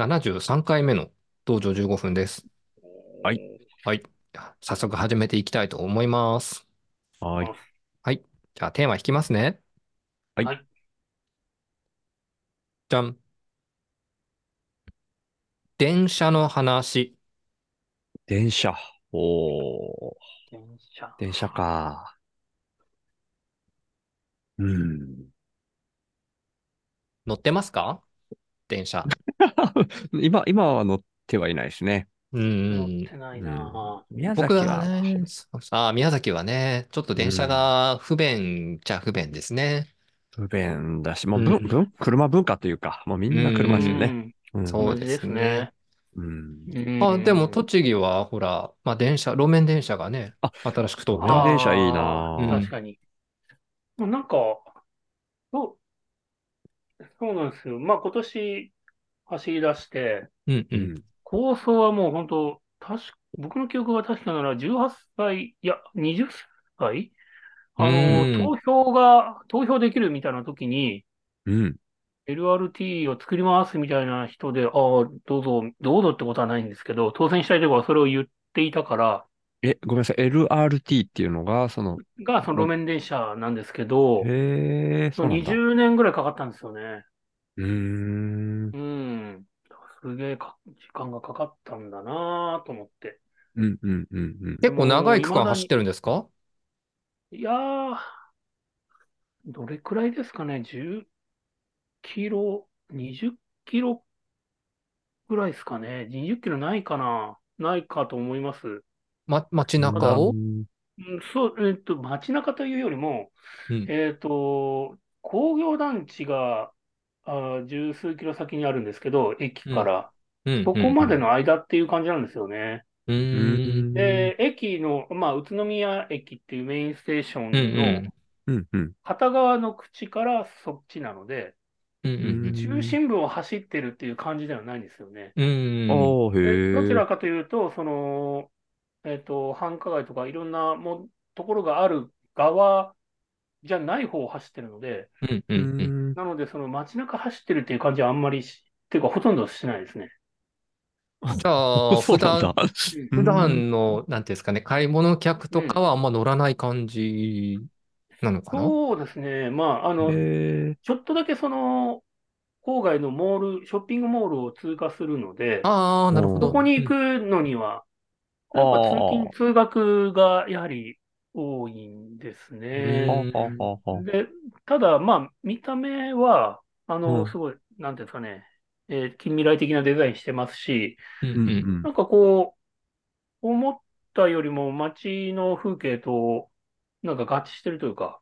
73回目の道場15分です。はい。はい。じゃあ早速始めていきたいと思います。はい。じゃあテーマ引きますね。はいはいじゃん。電車の話。電車。おー、電車。電車か。うん。乗ってますか電 車。 今、今は乗ってはいないですね。うんう乗っんて。ないな宮崎僕はは、ね、そうあー宮崎はね、ちょっと電車が不便じゃ不便ですね。不便だし、まあ、うんぶん、ぶん、車文化というか、もうみんなマ車ぁ。ですジよね。うんそう同じですね。うん。あ、でもっ栃木はほら、まあ電車、路面電車がねあ、新しく通っこたの。電車いいなうん確かに。もうなんか、そう、そうなんですよ。まあ今年走り出して、うんう。うんん。構想はもう本当、確か、僕の記憶が確かなら18歳、いや、20歳あうんの、投票が、投票できるみたいな時に、うん。 LRT を作りますみたいな人で、ああ、どうぞ、どうぞってことはないんですけど、当選したいとこはそれを言っていたから、え、ごめんなさい。LRT っていうのが、その、がその路面電車なんですけど、へー、そうなんだ。う20年ぐらいかかったんですよね。ーん。うん。すげえか時間がかかったんだなぁと思って。うん、うん、うん、うん。結構長い区間もう未だに走ってるんですかいやー、どれくらいですかね、10キロ、20キロぐらいですかね、20キロないかな、ないかと思います。ま、街中をうんうんそう、えっと、街中というよりも、うんえっと、工業団地が、あー、十数キロ先にあるんですけど、駅から、うんそこまでの間っていう感じなんですよね。うんう。うんん。で、駅の、まあ、宇都宮駅っていうメインステーションうんうん。のうん、うん。片側の口からそっちなので、うんうん中心部を走ってるっていう感じではないんですよね。うん。うん。ああ、へえ。どちらかというと、その、えっと、繁華街とかいろんなもところがある側じゃない方を走ってるので、うんううんうん。ん。なので、その街中走ってるっていう感じはあんまりし、っていうか、ほとんどしないですね。じゃあ、 そう普なん段、だ。普段の、なんていうんですかね、買い物客とかはあんま乗らない感じなのかなそうですね。まあ、あの、へえ。ちょっとだけその、郊外のモール、ショッピングモールを通過するので、ああ、なるほど。そこに行くのには、うんなんか通あ勤、通学がやはり多いんですうね。んああああで、ただ、まあ、見た目は、あうの、んすごい、なんていうんですかね、えー近未来的なデザインしてますし、うんうんううんんなんかこう、思ったよりも街の風景と、なんか合致してるというか、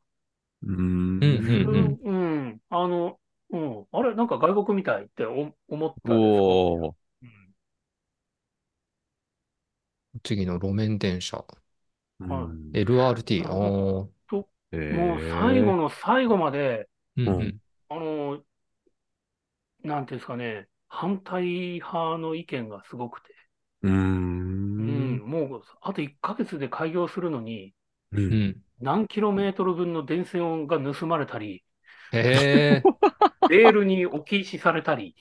うん。うんううんうんん、うんあの、うん、あれ、なんか外国みたいってお思ったんですけどおお。次の路面電車。うはいん LRT。ああ。へうえんもう最後の最後まで、うんううんん。あの、なんていうんですかね、反対派の意見がすごくて、うーうんん。もうあと1ヶ月で開業するのに、う。うんん。何キロメートル分の電線が盗まれ たり、へえ。レールに置き石されたり、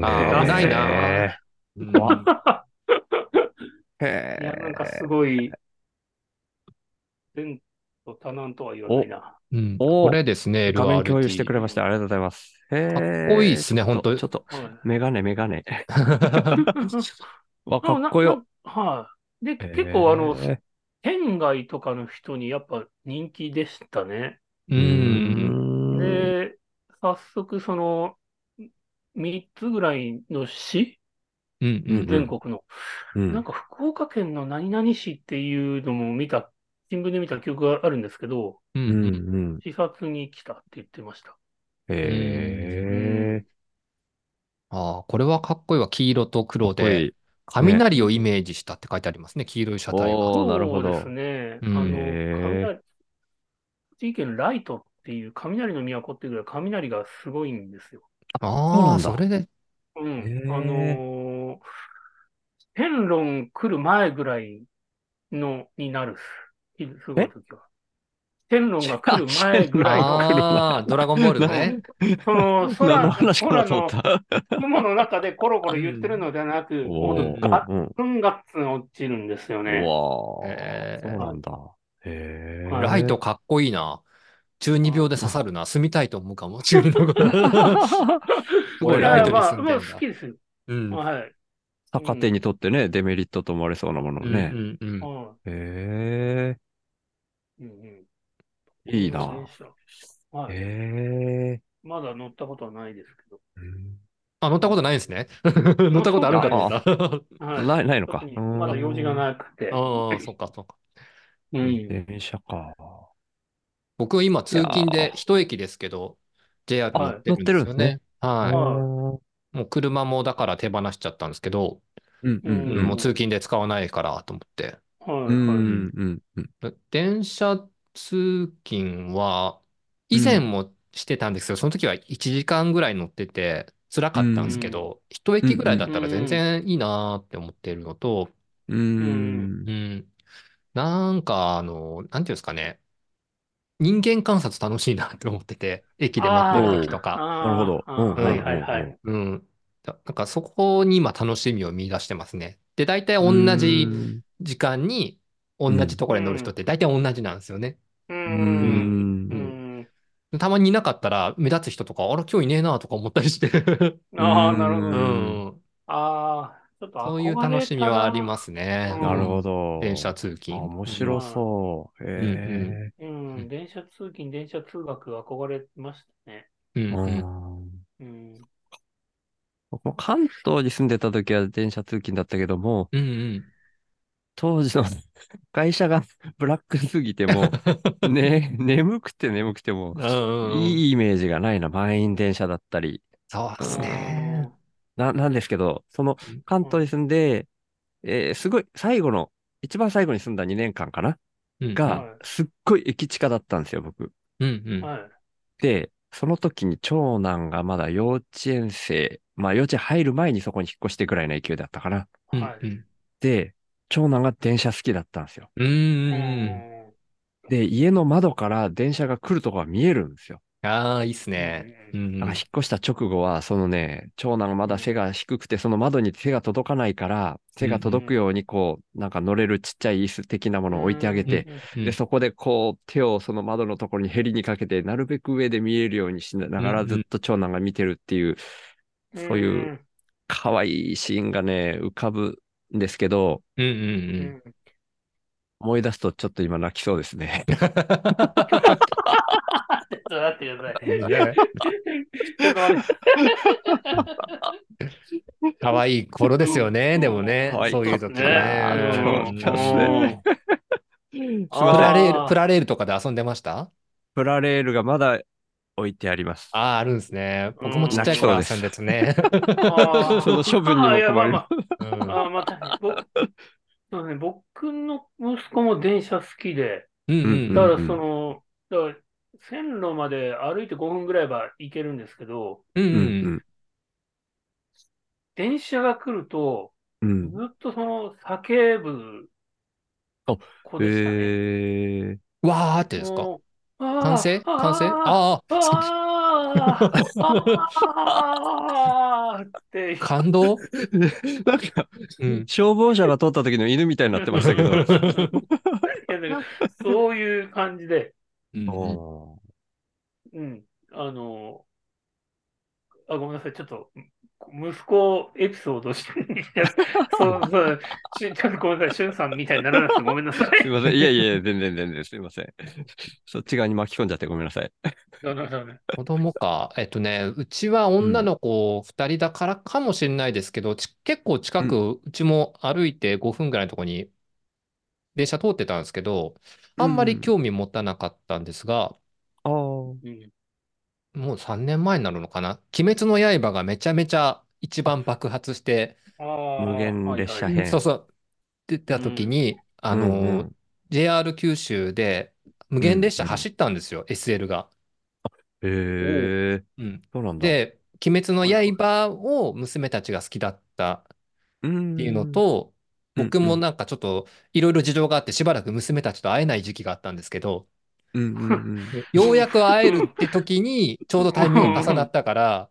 あーないなへうんえ。いや、なんかへすえ。ごい、前途多難とは言わないな。うんおこれですね、画面共有 LRT してくれました。ありがとうございます。へかえ。っこいいっすねちょとほんとちょっと、 はいメガネ、メガネ。わ、でかもなっこよ。なはい。で、へえ結構、あの、県外とかの人にやっぱ人気でしたね。 う。うんん。で、早速、その、3つぐらいの市、うんうん全国の。うんなんか、福岡県の何々市っていうのも見た、新聞で見た記憶があるんですけど、ううんんう。うんん。視察に来たって言ってました。へえ。ああ、これはかっこいいわ。黄色と黒かっこいで、い。雷をイメージしたって書いてありますね。黄色い車体が。おーなるほどそうですね。うんあの、へー雷、栃木県ライトっていう雷の都っていうぐらい雷がすごいんですよ。ああ、そうそなんだれで。うん。へーあのー、天論来る前ぐらいの、になるっす。すごい時は。天狼が来る前ぐらいの、ああ、ドラゴンボールのね。 その空何の話かな空と思のった。雲の中でコロコロ言ってるのではなく、おもーううんガッうんツンガッツン落ちるんですようわね。ーえーそうなんだ。へーはいライトかっこいいな。中二病で刺さるな。住みたいと思うかも。中二 の頃すごいいラやイトトに住んにまあ、でまんあだ好きですよ。うん。うんはい。 逆手にとってね、デメリットと思われそうなものをうね。んうんはへい。うんうんいいなそうですよはえ。い。へえ。まだ乗ったことはないですけど。あ、乗ったことないんですね。 乗ったことあるんかと思った。はい。ない、ないのか特。にまだ用事がい。なくて。 ああ、そっかそっか。うん。電車か。僕今通勤で一駅ですけど、JR 乗ってるんですよね。は。はいい。うもう車もだから手放しちゃったんですけど、んううんんうんもう通勤で使わないからと思って。はい。うはいんうんうん。電車通勤は、以前もしてたんですけど、その時は1時間ぐらい乗ってて、辛かったんですけど、一駅ぐらいだったら全然いいなーって思ってるのと、う。うんん、なんか、あの、なんていうんですかね、人間観察楽しいなって思ってて、駅で待ってる時とか、あーなるほどあーうんはいはいはうんい。うん。だなんかそこに今楽しみを見出してますね。で、大体同じ時間に、同じところに乗る人って大体同じなんですよね。う。うんん。ううんん。たまにいなかったら目立つ人とか、あら、今日いねえなとか思ったりして。ああ、なるほうどうんね。ん。ああ、ちょっとそういう憧れ。楽しみはありますすね。なるほど。ど。電車通勤。あ面白そんう。へうん。電車通勤、電車通学憧れましたね。うんえ。うんうんうんうん。僕も関東に住んでた時は電車通勤だったけども、うんうん。当時の会社が ブラックすぎて もう、ね、眠くて眠くても、うんうんいいイメージがないな。満員電車だったり。そうですね。な、なんですけど、そのうん関東に住んで、えーすごい、最後の、一番最後に住んだ2年間かなうんがはい、すっごい駅近だったんですよ、僕。うんううんん。はい。で、その時に長男がまだ幼稚園生、まあ幼稚園入る前にそこに引っ越してくらいの勢いだったかな。うんはうい。んで、長男が電車好きだったんですよ。うんうんうん。で、家の窓から電車が来るとこが見えるんですよ。ああ、いいっすね。ううんうんだから引っ越した直後は、そのね、長男がまだ背が低くて、その窓に手が届かないから、手が届くようにこう、なんか乗れるちっちゃい椅子的なものを置いてあげて、うんで、そこでこう、手をその窓のところにヘリにかけて、なるべく上で見えるようにしながうらんずっと長男が見てるっていう、んそういう。可愛いシーンがね、浮かぶんですけど、うんううんんうん。うん思い出すとちょっと今泣きそうですね。ちょっと待ってください。ねちょっと待って 可愛い頃ですよね、でもね可愛、いそういうのってねね。あのうんそうですねあプラレーあル、プラレールとかで遊んでましたプラレールがまだ置いてあります。ああ、あるんですね。僕もちっちゃい頃遊んでたね。あーその処分にもあーいやまあ困うるまあんあーまあ確かに僕そうね、僕の息子も電車好きで、うんうんだうかんらその、だから線路まで歩いて5分ぐらいは行けるんですけど、うんううん。ん、電車が来ると、うん、うずん。っとその叫ぶあ子でしたね。えわーってですかもうあー完成あー完成ああ、あーあーって、感動 ー、なんか、うん。消防車が通った時の犬みたいになってましたけ ど。そういう感じで、うんおうん、あの、あ、ごめんなさい、ちょっと、息子エピソードして そうそう、しちょっとごめんなさい、しゅんさんみたいにならなくてごめんなさい。ーすいません。いやいや、全然全然すいません。そっち側に巻き込んじゃってごめんなさい。そうそうそう子供か。えっとね、うちは女の子2人だからかもしれないですけど、ち結構近く、うちも歩いて5分ぐらいのとこに電車通ってたんですけど、あんまり興味持たなかったんですが、ああ。うんもう3年前になるのかな。鬼滅の刃がめちゃめちゃ一番爆発して、あー無限列車はい編そうそう、出た時に、あの、うんうん JR 九州で無限列車走ったんですよ、SL が。へえ、うん、そうなんだ。で、鬼滅の刃を娘たちが好きだったうん、っていうのと、僕もうんなんかちょっといろいろ事情があってしばらく娘たちと会えない時期があったんですけど、うんうんうん。でようやく会えるって時に、ちょうどタイミングが重な ったから、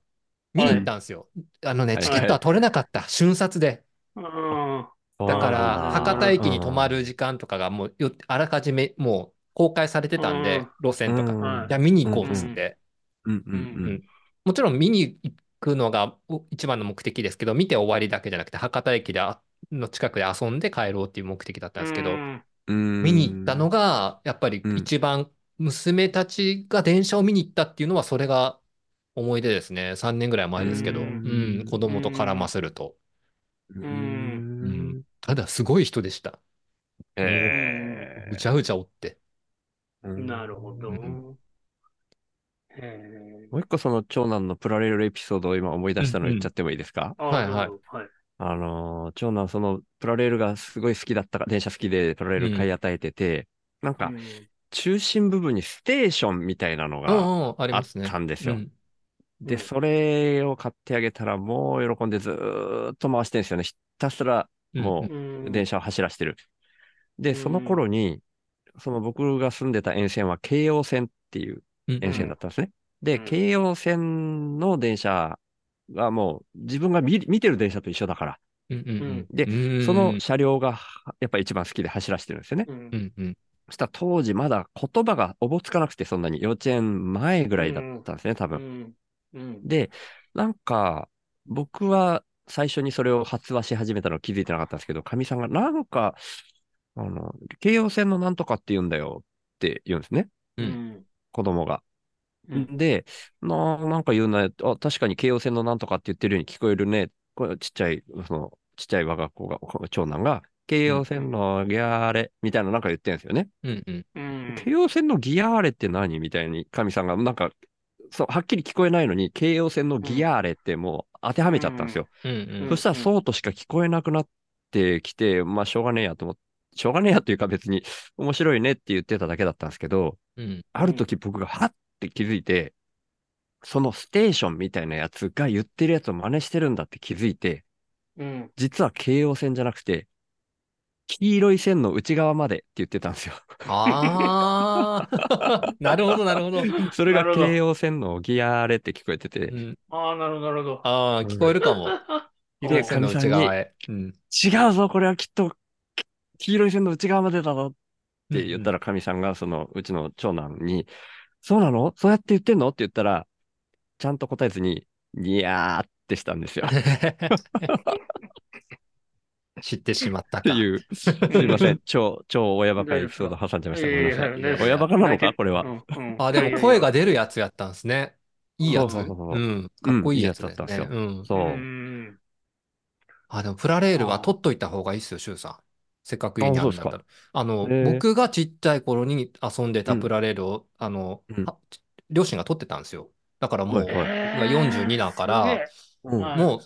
見に行ったんですよ。あのね、はいチケットは取れなかった、瞬殺で。うん。 だかあら、ー博多駅に泊まる時間とかが、もうよ、あらかじめ、もう公開されてたんで、路線とか。うんはいいや、見に行こうっつって。うんうんうんうん。もちろん見に行くのがお一番の目的ですけど、見て終わりだけじゃなくて、博多駅であの近くで遊んで帰ろうっていう目的だったんですけど、うんうん見に行ったのが、やっぱり一番、娘たちが電車を見に行ったっていうのは、それが思い出ですね。3年ぐらい前ですけど、ううんん、子供と絡ませると。うんうんただ、すごい人でした。えうちゃうちゃおって。えなるほどうん。へえもう一個その長男のプラレールエピソードを今思い出したの言っちゃってもいいですか、あはいはいなるほどはい。あのー、長男そのプラレールがすごい好きだったから、電車好きでプラレール買い与えてて、なんか中心部分にステーションみたいなのうんうがんうん、ありあまっすね。たんですうよ。んで、それを買ってあげたらもう喜んでずーっと回してるんですよね。ひたすらもううん電車を走らせてる。で、そのうん頃に、その僕が住んでた沿線は京葉線っていううん沿線だったんですね。で、うん京葉線の電車がもう自分が見見てる電車と一緒だから、うんうんうんでうんその車両がはやっぱ一番好きで走らせてるんですよね。うんうんうんそしたら当時まだ言葉がおぼつかなくてそんなに幼稚園前ぐらいだったんですね、多う分。ん。うん。で、なんか僕は最初にそれを発話し始めたの気づいてなかったんですけど、かみさんがなんか、あの、京葉線のなんとかって言うんだよって言うんですね、うんうん子供が。うんで、な、なんか言うな、あ、確かに京葉線のなんとかって言ってるように聞こえるね。これちっちゃい、その、ちっちゃい我が子が、こ長男が、京葉線のギャーレみたいななんか言ってるんですよね。うんうんうん京葉線のギアーレって何みたいに、神さんが、なんか、そう、はっきり聞こえないのに、京葉線のギアーレってもう当てはめちゃったんですよ。うんうそんしたら、うんそうとしか聞こえなくなってきて、まあ、しょうがねえやと思って、しょうがねえやというか別に面白いねって言ってただけだったんですけど、うんある時僕がはって気づいて、そのステーションみたいなやつが言ってるやつを真似してるんだって気づいて、うん。実は京王線じゃなくて、黄色い線の内側までって言ってたんですよ。ああ、 なるほど、なるほど。うんそれがなるほど京王線のギアーレって聞こえてて、ああ、なるほど、なるほど。ああ、聞こえるかも。広い線の内側へ。うん違うぞ、これはきっとき黄色い線の内側までだぞって言ったら、かみさんがそのうちの長男に、そうなのそうやって言ってんのって言ったら、ちゃんと答えずに、にやーってしたんですよ。 知ってしまったってか。いう、すいま せん、超、超親バカエピソード挟んじゃいました。ごめんなさえい。えい大丈夫やです親バカなのか、これうは。んうんあ、でも声が出るやつやったんですね。いいやつ。そうそうそうそううん。かっこいいやつだうんいいやつだったんですうん。そうう。んあ、でもプラレールは取っといた方がいいですよ、シュウさん。せっかく家にあるんだったあそうら。あの、へえ僕がちっちゃい頃に遊んでたプラレールを、あの、うんは両親が取ってたんですよ。だからもう、はいはい今42だからえうんはいもう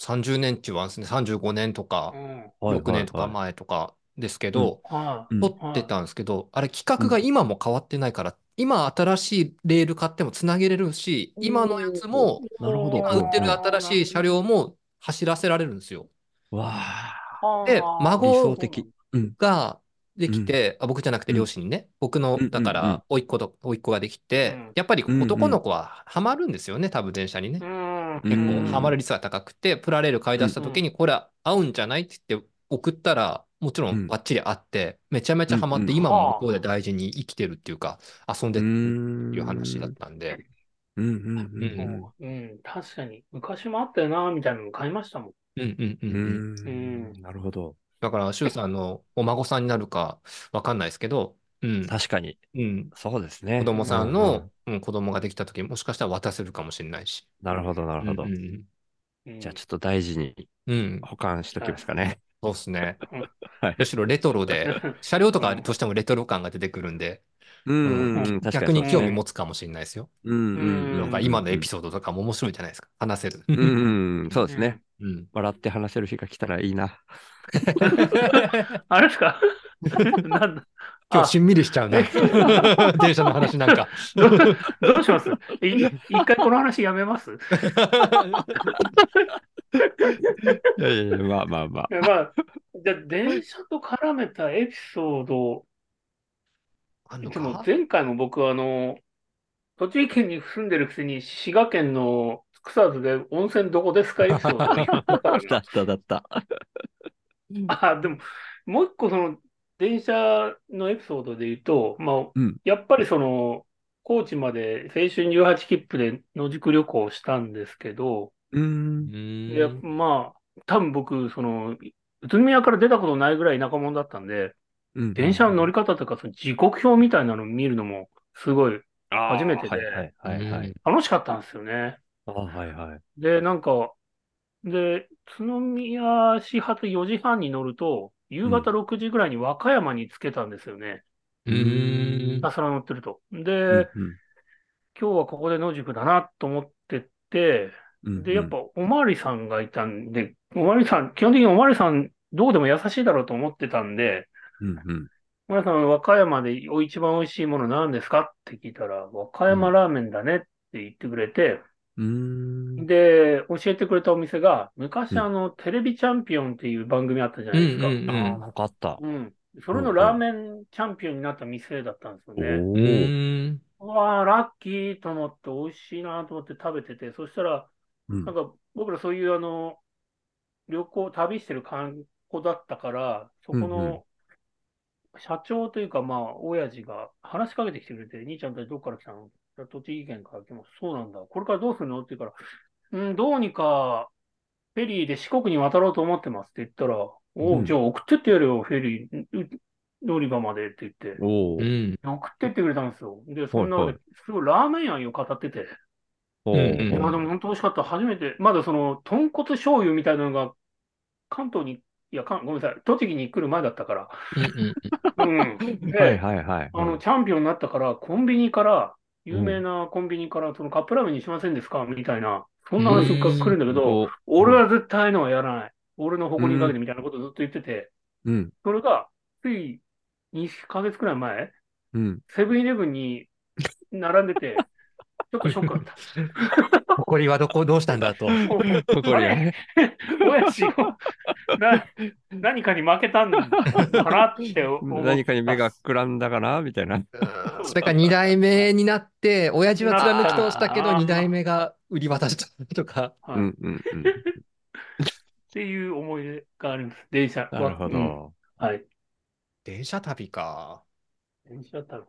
30年中はですね、35年とーかう、ん6年とか前とかですけど、はうん撮ってたんですけど、あれ企画が今も変わってないから、今新しいレール買ってもつなげれるし、今のやつも、いなるほど今あ売ってる新しい車両も走らせられるんですよ。わあ、で理孫想的。ができて、あ僕じゃなくてうん両親にね、僕のうん、だかうんうんら、甥っ子と、甥っ子ができてうん、やっぱり男の子はハマるんですよね、多分電車にね。結結う構んハマる率が高くて、プラレール買い出した時に、これ合うんじゃないって言って送ったら、もちろうんんバッチリ合って、めちゃめちゃハマっうんて、うん今も向こうで大事に生きてるっていうか、遊んでうるっんていう話だったんで、うんうんうんううん、確かに。昔もあったよな、みたいなの買いましたもん。うんうんううんうん。んうんなるほど。だから、シュウさんのお孫さんになるかわかんないですけど、うん、確かに、うん、そうですね。子供さんううの、うん、子供ができた時もしかしたら渡せるかもしれないし。なるほど、なるほどうん。うんじゃあ、ちょっと大事にうん、うん保管しときますかね。そうっす ねうん。むしろレトロで、車両とかあるとしてもレトロ感が出てくるんで、うんうんうんうん、確か逆に興味も。持つかもしれないですよ。うんうんななんんかか今のエピソソードとかも面白いじゃないですか。話せる。うんうん、そうですね。 うん。笑って話せる日が来たらいいな。あれですか な んだ今あ日しんみりしちゃうね。 電車の話なん か。どうどうしますい一回この話やめます いやいやいや、まあまあまあ。まあ、じゃあ電車と絡めたエピソード、あんのでもか前回も僕はあの、栃木県に住んでるくせに滋賀県の草津で温泉どこですかエピソードを言ったからだった、だった。 あ、でも、もう一個その、電車のエピソードで言うと、まあうん、やっぱりその、高知まで青春18切符で野宿旅行をしたんですけど、うー。うんーんいや、まあ、多分僕、その、宇都宮から出たことないぐらい田舎者だったんで、うん電車の乗り方とか、その時刻表みたいなの見るのも、すごいあー初めてではいはいはいはうんい。楽しかったんですよね。あーはいはい。で、なんか、で、宇都宮始発4時半に乗ると、夕方6時ぐらいに和歌山に着けたんですよね。うーん朝から乗ってると。で、うん今日はここで野宿だなと思ってって、うんで、やっぱ、おまわりさんがいたんで、おまわりさん、基本的におまわりさん、どうでも優しいだろうと思ってたんで、うんうん。おまわりさん、和歌山で一番美味しいもの何ですかって聞いたら、和歌山ラーメンだねって言ってくれて、うーん。で、教えてくれたお店が、昔うんあの、テレビチャンピオンっていう番組あったじゃうなんいうですか。んあうんーなんかあった。うん。それのラーメンチャンピオンになった店だったんですよおね。うーーんうわー、ラッキーと思って、美味しいなと思って食べてて、そしたうら、んなんか僕らそういうあの、旅行、旅してる観光だったから、そこうんうんの社長というか、まあ、親父が話しかけてきてくれて、兄ちゃんたちどっから来たの栃木県から来てます。そうなんだ。これからどうするのって言うから、うん、どうにか、フェリーで四国に渡ろうと思ってますって言ったら、おううんじゃあ送ってってやるよ、フェリー、う乗り場までって言って。おうーん送ってってくれたんですよ。で、そんな、はいね、すごいラーメン愛を語ってて、おうんいや、でもー。本当美味しかった。初めて、まだその、豚骨醤油みたいなのが、関東に、いや、かんごめんなさい、栃木に来る前だったから、うんうん うん。で、はいはいはい。あの、チャンピオンになったから、コンビニから、有名なコンビニから、そのカップラーメンにしませんですかみたいな、そんな話が来るんだけど、お俺は絶対ああいうのはやらない。俺の誇りにかけてみたいなことをずっと言ってて、うん。それが、つい2ヶ月くらい前、うん。セブンイレブンに並んでて、ちょっとショックだった。誇りはどこどうしたんだと。ここにあれ親父をな何かに負けたんだかなって思った。何かに目がくらんだかなみたいな。それから2代目になって、親父は貫き通したけど、あー2代目が売り渡したとか。はういんうんうん。っていう思い出があります。電車はなるほうんど。はい。電車旅か。電車だっ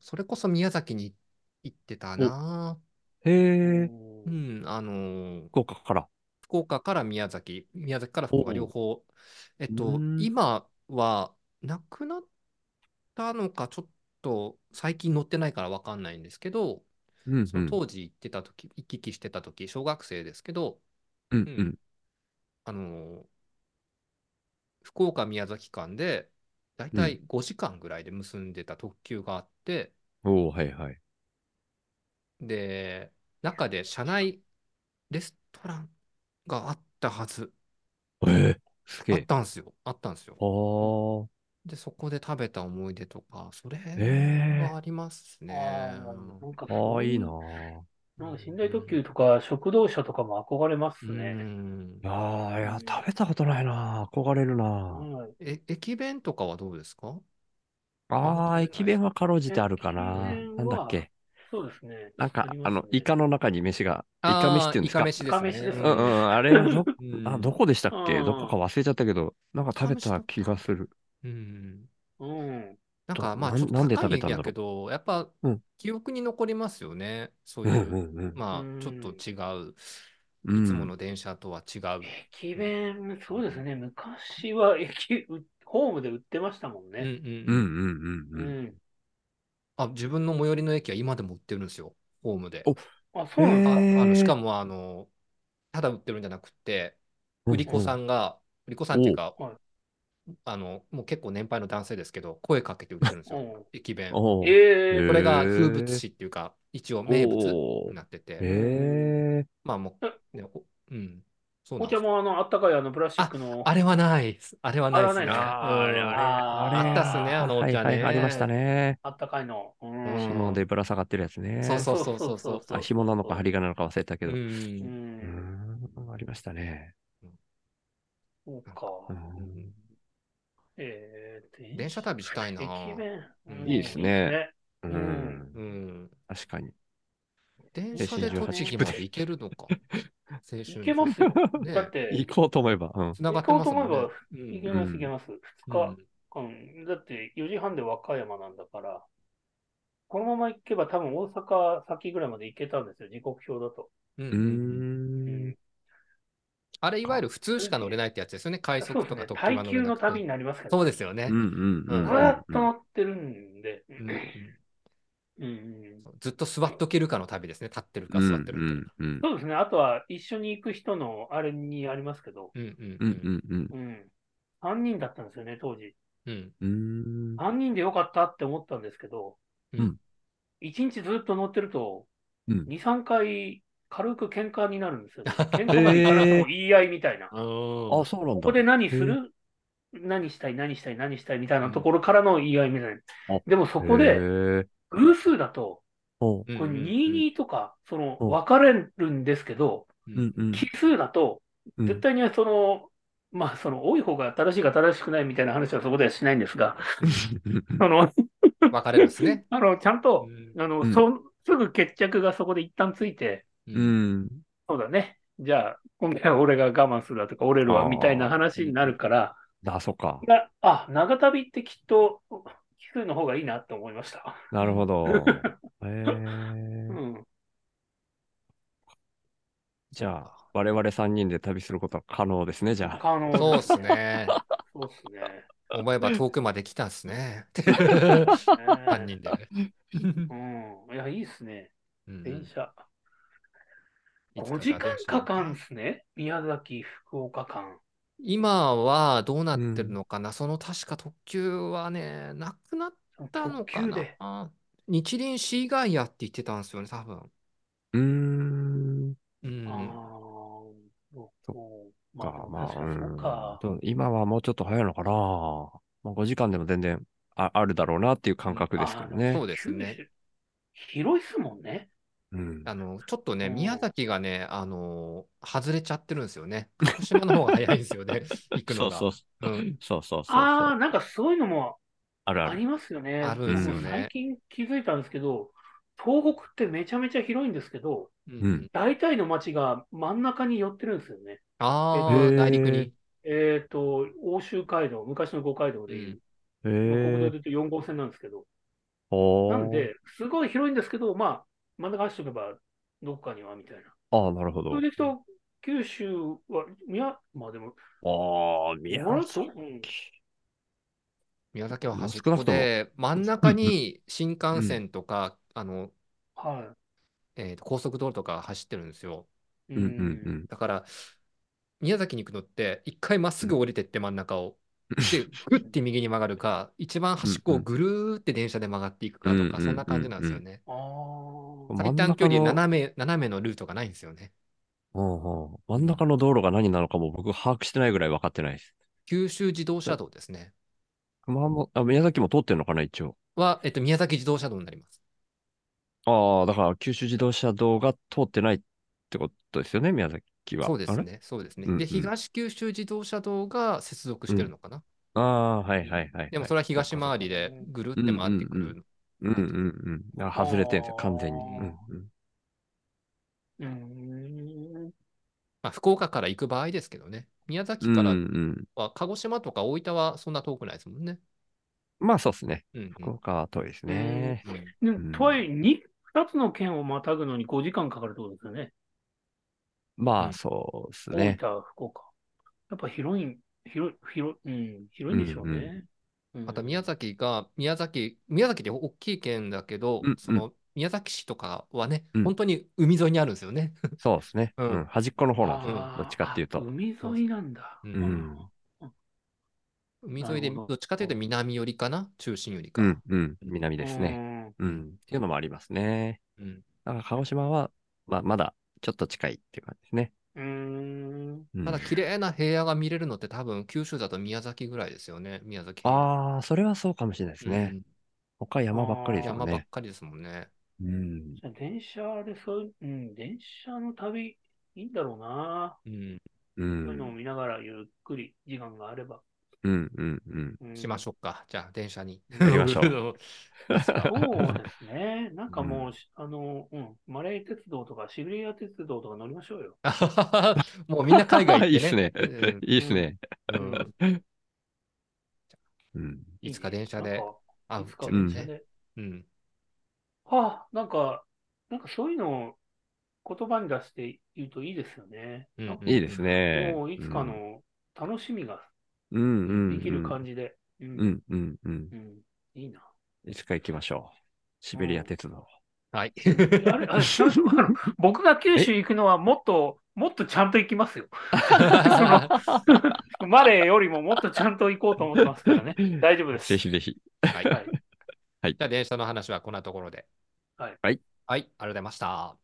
それこそ宮崎に行ってたな。へたえ。のう。ん、あのー福岡から。福岡から宮崎、宮崎から福お岡う両方。えっうとーん、今はなくなったのか、ちょっと最近乗ってないからわかんないんですけど、うんそうのん。当時行ってた時、行き来してた時、小学生ですけど、うんううんん。あのー福岡宮崎間でだいたい5時間ぐらいで結んでた特急があって、おーはいはい。で、中で車内レストランがあったはず、えー、すげあっえ。たんですよ、あったんですよあ。ー。で、そこで食べた思い出とか、それえーはありますあね。ーなんかあーいいなぁ。なんか寝台特急とか食堂車とかも憧れますうね。んいやーいや、食べたことないなぁ。憧れるなぁ。はいえ、駅弁とかはどうですかあー、駅弁はかろうじてあるかな駅ぁ。弁はなんだっけ。そうですね。なんかり、まあすのね、イカの中に飯が、イカ飯っていうんですかあーイカ飯ですね。イカ飯ですうんうねん、あれ ど、うんあ、どこでしたっけうんどこか忘れちゃったけど、なんか食べた気がする。うんうん。なんどかまあなんちょっとなんで高食べいたんだやろうけど、やっぱうん記憶に残りますよね。そうういんう、うんまうんあちょっと違う、うん。いつもの電車とは違う。駅弁、そうですね。昔は駅、うホームで売ってましたもんうんね。ううんんうんうんうん。うんあ、自分の最寄りの駅は今でも売ってるんですよ、ホームで。おあ、そうなんだ。ああへーのしかもあの、ただ売ってるんじゃなくて、売り子さんが、売り子さんっていうかおはい、あのもう結構年配の男性ですけど、声かけて売ってるんですよ、う駅弁。うん。こおーえへえーれが風物詩っていうか、一応名物おになってて、えまあもう、ね、おうん、そうなおんですよ茶もあの、あったかいあの、プラスチックの。あれはないです。あれはないですね。あれあれうあれんあれあったっすね、あのおはい茶はね。い、ありましたね。あったかいの。うんうん紐でぶら下がってるやつね。そうそうそうそうそう。あ、紐なのか針金なのか忘れたけう。ど。うんうんーん。ん、ありましたね。そうか。うんえー、電車旅したいな駅弁うんいいですね。ううん。んうん。確かに。電車で栃木まで行けるのか。 青春行けますよ。ねだって、行こうと思えば。うん。繋がってますもんね。行こうん行けます、行けます。う2ん日間、だって4時半で和歌山なんだから、このまま行けば多分大阪先ぐらいまで行けたんですよ、時刻表だと。うんうー。うんんあれ、いわゆる普通しか乗れないってやつですよね。快そう速ですとねか、特急が耐乗久れなのく旅て。になりますからそうですよねうん。うんうん。ずーっとうん乗ってるんで、ううんんうんずっと座っとけるかの旅ですね。立ってるか座ってるみたいな。うんうんそうですね、あとは一緒に行く人のあれにありますけど、うんうんうんうんうんうん、3人だったんですよね、当時。うんうんうん。 3人でよかったって思ったんですけど、うん1日ずっと乗ってると、うん2、3回軽く喧嘩になるん ですよ、ね。喧嘩なからの言い合い みたいな。あーあ、そうなんだ。ここで何する何したい、何したい、何したいみたいなところからの言い合いみたいなあ。でもそこへで、ー偶数だと、おううんこれ22とか、その、うん分かれるんですけど、うんうん奇数だと、うん絶対にその、まあ、その、多い方が正しいか正しくないみたいな話はそこではしないんですが、あの、分かれるんですね。あの、ちゃんと、うあの、うん そすぐ決着がそこで一旦ついて、んう。ん。そうだね。じゃあ、今回は俺が我慢するわとか、折れるあわーみたいな話になるから、あ、そっか。があ、長旅ってきっと、奇数の方がいいなって思いました。なるほど。へうーん。じゃあ、我々3人で旅することは可能ですね、じゃあ。あの、そうですね。 そうっすね。思えば遠くまで来たんです ね。3人で。うん。いや、いいっすね。うん電車。いつ5か時間電車かかんっすね。宮崎、福岡間。今はどうなってるのかな、その確か特急はね、なくなったのか特急で。な。日輪市以外やって言ってたんですよね、多分。うーん。うんああ、そうまか、あ、まあ、確かにそうか。うん。今はもうちょっと早いのかな。まあ、5時間でも全然ああるだろうなっていう感覚ですけどあね。そうですね九州。広いっすもんね。うんあの、ちょっとね、うん宮崎がね、あの、外れちゃってるんですよね。鹿児島の方が早いんですよ ね、行くそのうが。そう。うんそうそうそうそう。ああ、なんかそういうのもあるあある。りますよね。あるんですよ僕ね最近気づいたんですけど、東北ってめちゃめちゃ広いんですけど、うんうん大体の町が真ん中に寄ってるんですよね。あへあ、ー内陸に。えっと、欧州街道、昔の五街道でいう、へまあ国道えで。言うと4号線なんですけど、おーなんで、すごい広いんですけど、まあ、真ん中走っておけば、どっかにはみたいな。ああ、なるほど。それでいくと、九州は、宮、まあでも、ああ、宮あれ崎。どうん宮崎はまあ端っ少なこくともで、真ん中に新幹線とか、あの、はえーと高速道路とか走ってるんですよ。い。うんうんうん。だから、宮崎に行くのって、一回まっすぐ降りてって真ん中 を。で、ぐって右に曲がるか、一番端っこをぐるーって電車で曲がっていくかとか、うんそんな感じなんですよね。ああ。うん最短距離真ん中の斜め、斜めのルートがないんですよね。うんうん真ん中の道路が何なのかも僕把握してないぐらい分かってないです。九州自動車道ですね。熊本、あ、宮崎も通ってるのかな、一応。は、えっと、宮崎自動車道になります。ああ、だから九州自動車道が通ってないってことですよね、宮崎は。そうですあれ。ね。そうですね。うんうんで、東九州自動車道が接続してるのかな。ああ、はいはいはい。でも、それは東回りでぐるって回ってくる。うんうんうん。あ、外れてるんですよ、完全に。あーうんうんうーん。まあ、福岡から行く場合ですけどね。宮崎うんかうらん。は、鹿児島とか大分はそんな遠くないですもんね。まあそうですね。うん、う福ん岡は遠いですね。うんでうんも、とはいえ、に2つの県をまたぐのに5時間かかるってことですよね。まうんあそうです大ね。分、福岡。やっぱ広い、広い、広い、うん、広いんでしょうね。また宮崎崎が、宮崎、宮崎って大きい県だけどうんう、んその宮崎市とかはねう、ん本当に海沿いにあるんですよね。そうですね。ううんん。端っこの方なんですあよ。どっちかっていうと。海沿いなんだ。うんうん海沿いで、なるどほどっちかというと南寄りかな、中心よりか。うんうん。南ですね。ね。うん。っていうのもありますね。うんだから鹿児島は、まあまだちょっと近いっていう感じですね。うーん。うんただ、綺麗な平野が見れるのって多分、九州だと宮崎ぐらいですよね、宮崎県。ああ、それはそうかもしれないですね。うん他山ばっかりですも山んばっね。かりですもんね。うん。じゃあ電車でそういう、うん、電車の旅、いいんだろうな。うんうそういうのをん。見ながらゆっくり時間があれば。うん、うん、うん。うんしましょうか。じゃあ、電車に。やりましょそうですね。なんかもう、あの、うん、マレー鉄道とかシルリア鉄道とか乗りましょうよ。 もうみんな海外行ってね。 いいっすねうん。いいですね。うん うん。いつか電車なんでか会ういっつてかい電う車ね。で。うん。はあ、なんか、なんかそういうのを言葉に出して言うといいですよね。うんなんかいいですね。もういつかの楽しみがうん、うん、うん。できる感じで。う。うんん、うん、うん。うん。いいな。いつか行きましょう。シベリア鉄道。はい。 あれ、あれ、ちゃんとあの僕が九州行くのはもっと、もっとちゃんと行きますよ。はマレーよりももっとちゃんと行こうと思ってますから ね。大丈夫です。ぜひぜひ。い。はい。じゃあ、電車の話はこんなところで。はいはい。はい、ありがとうございました。あ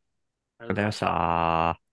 りありががとうございとうございままししたた。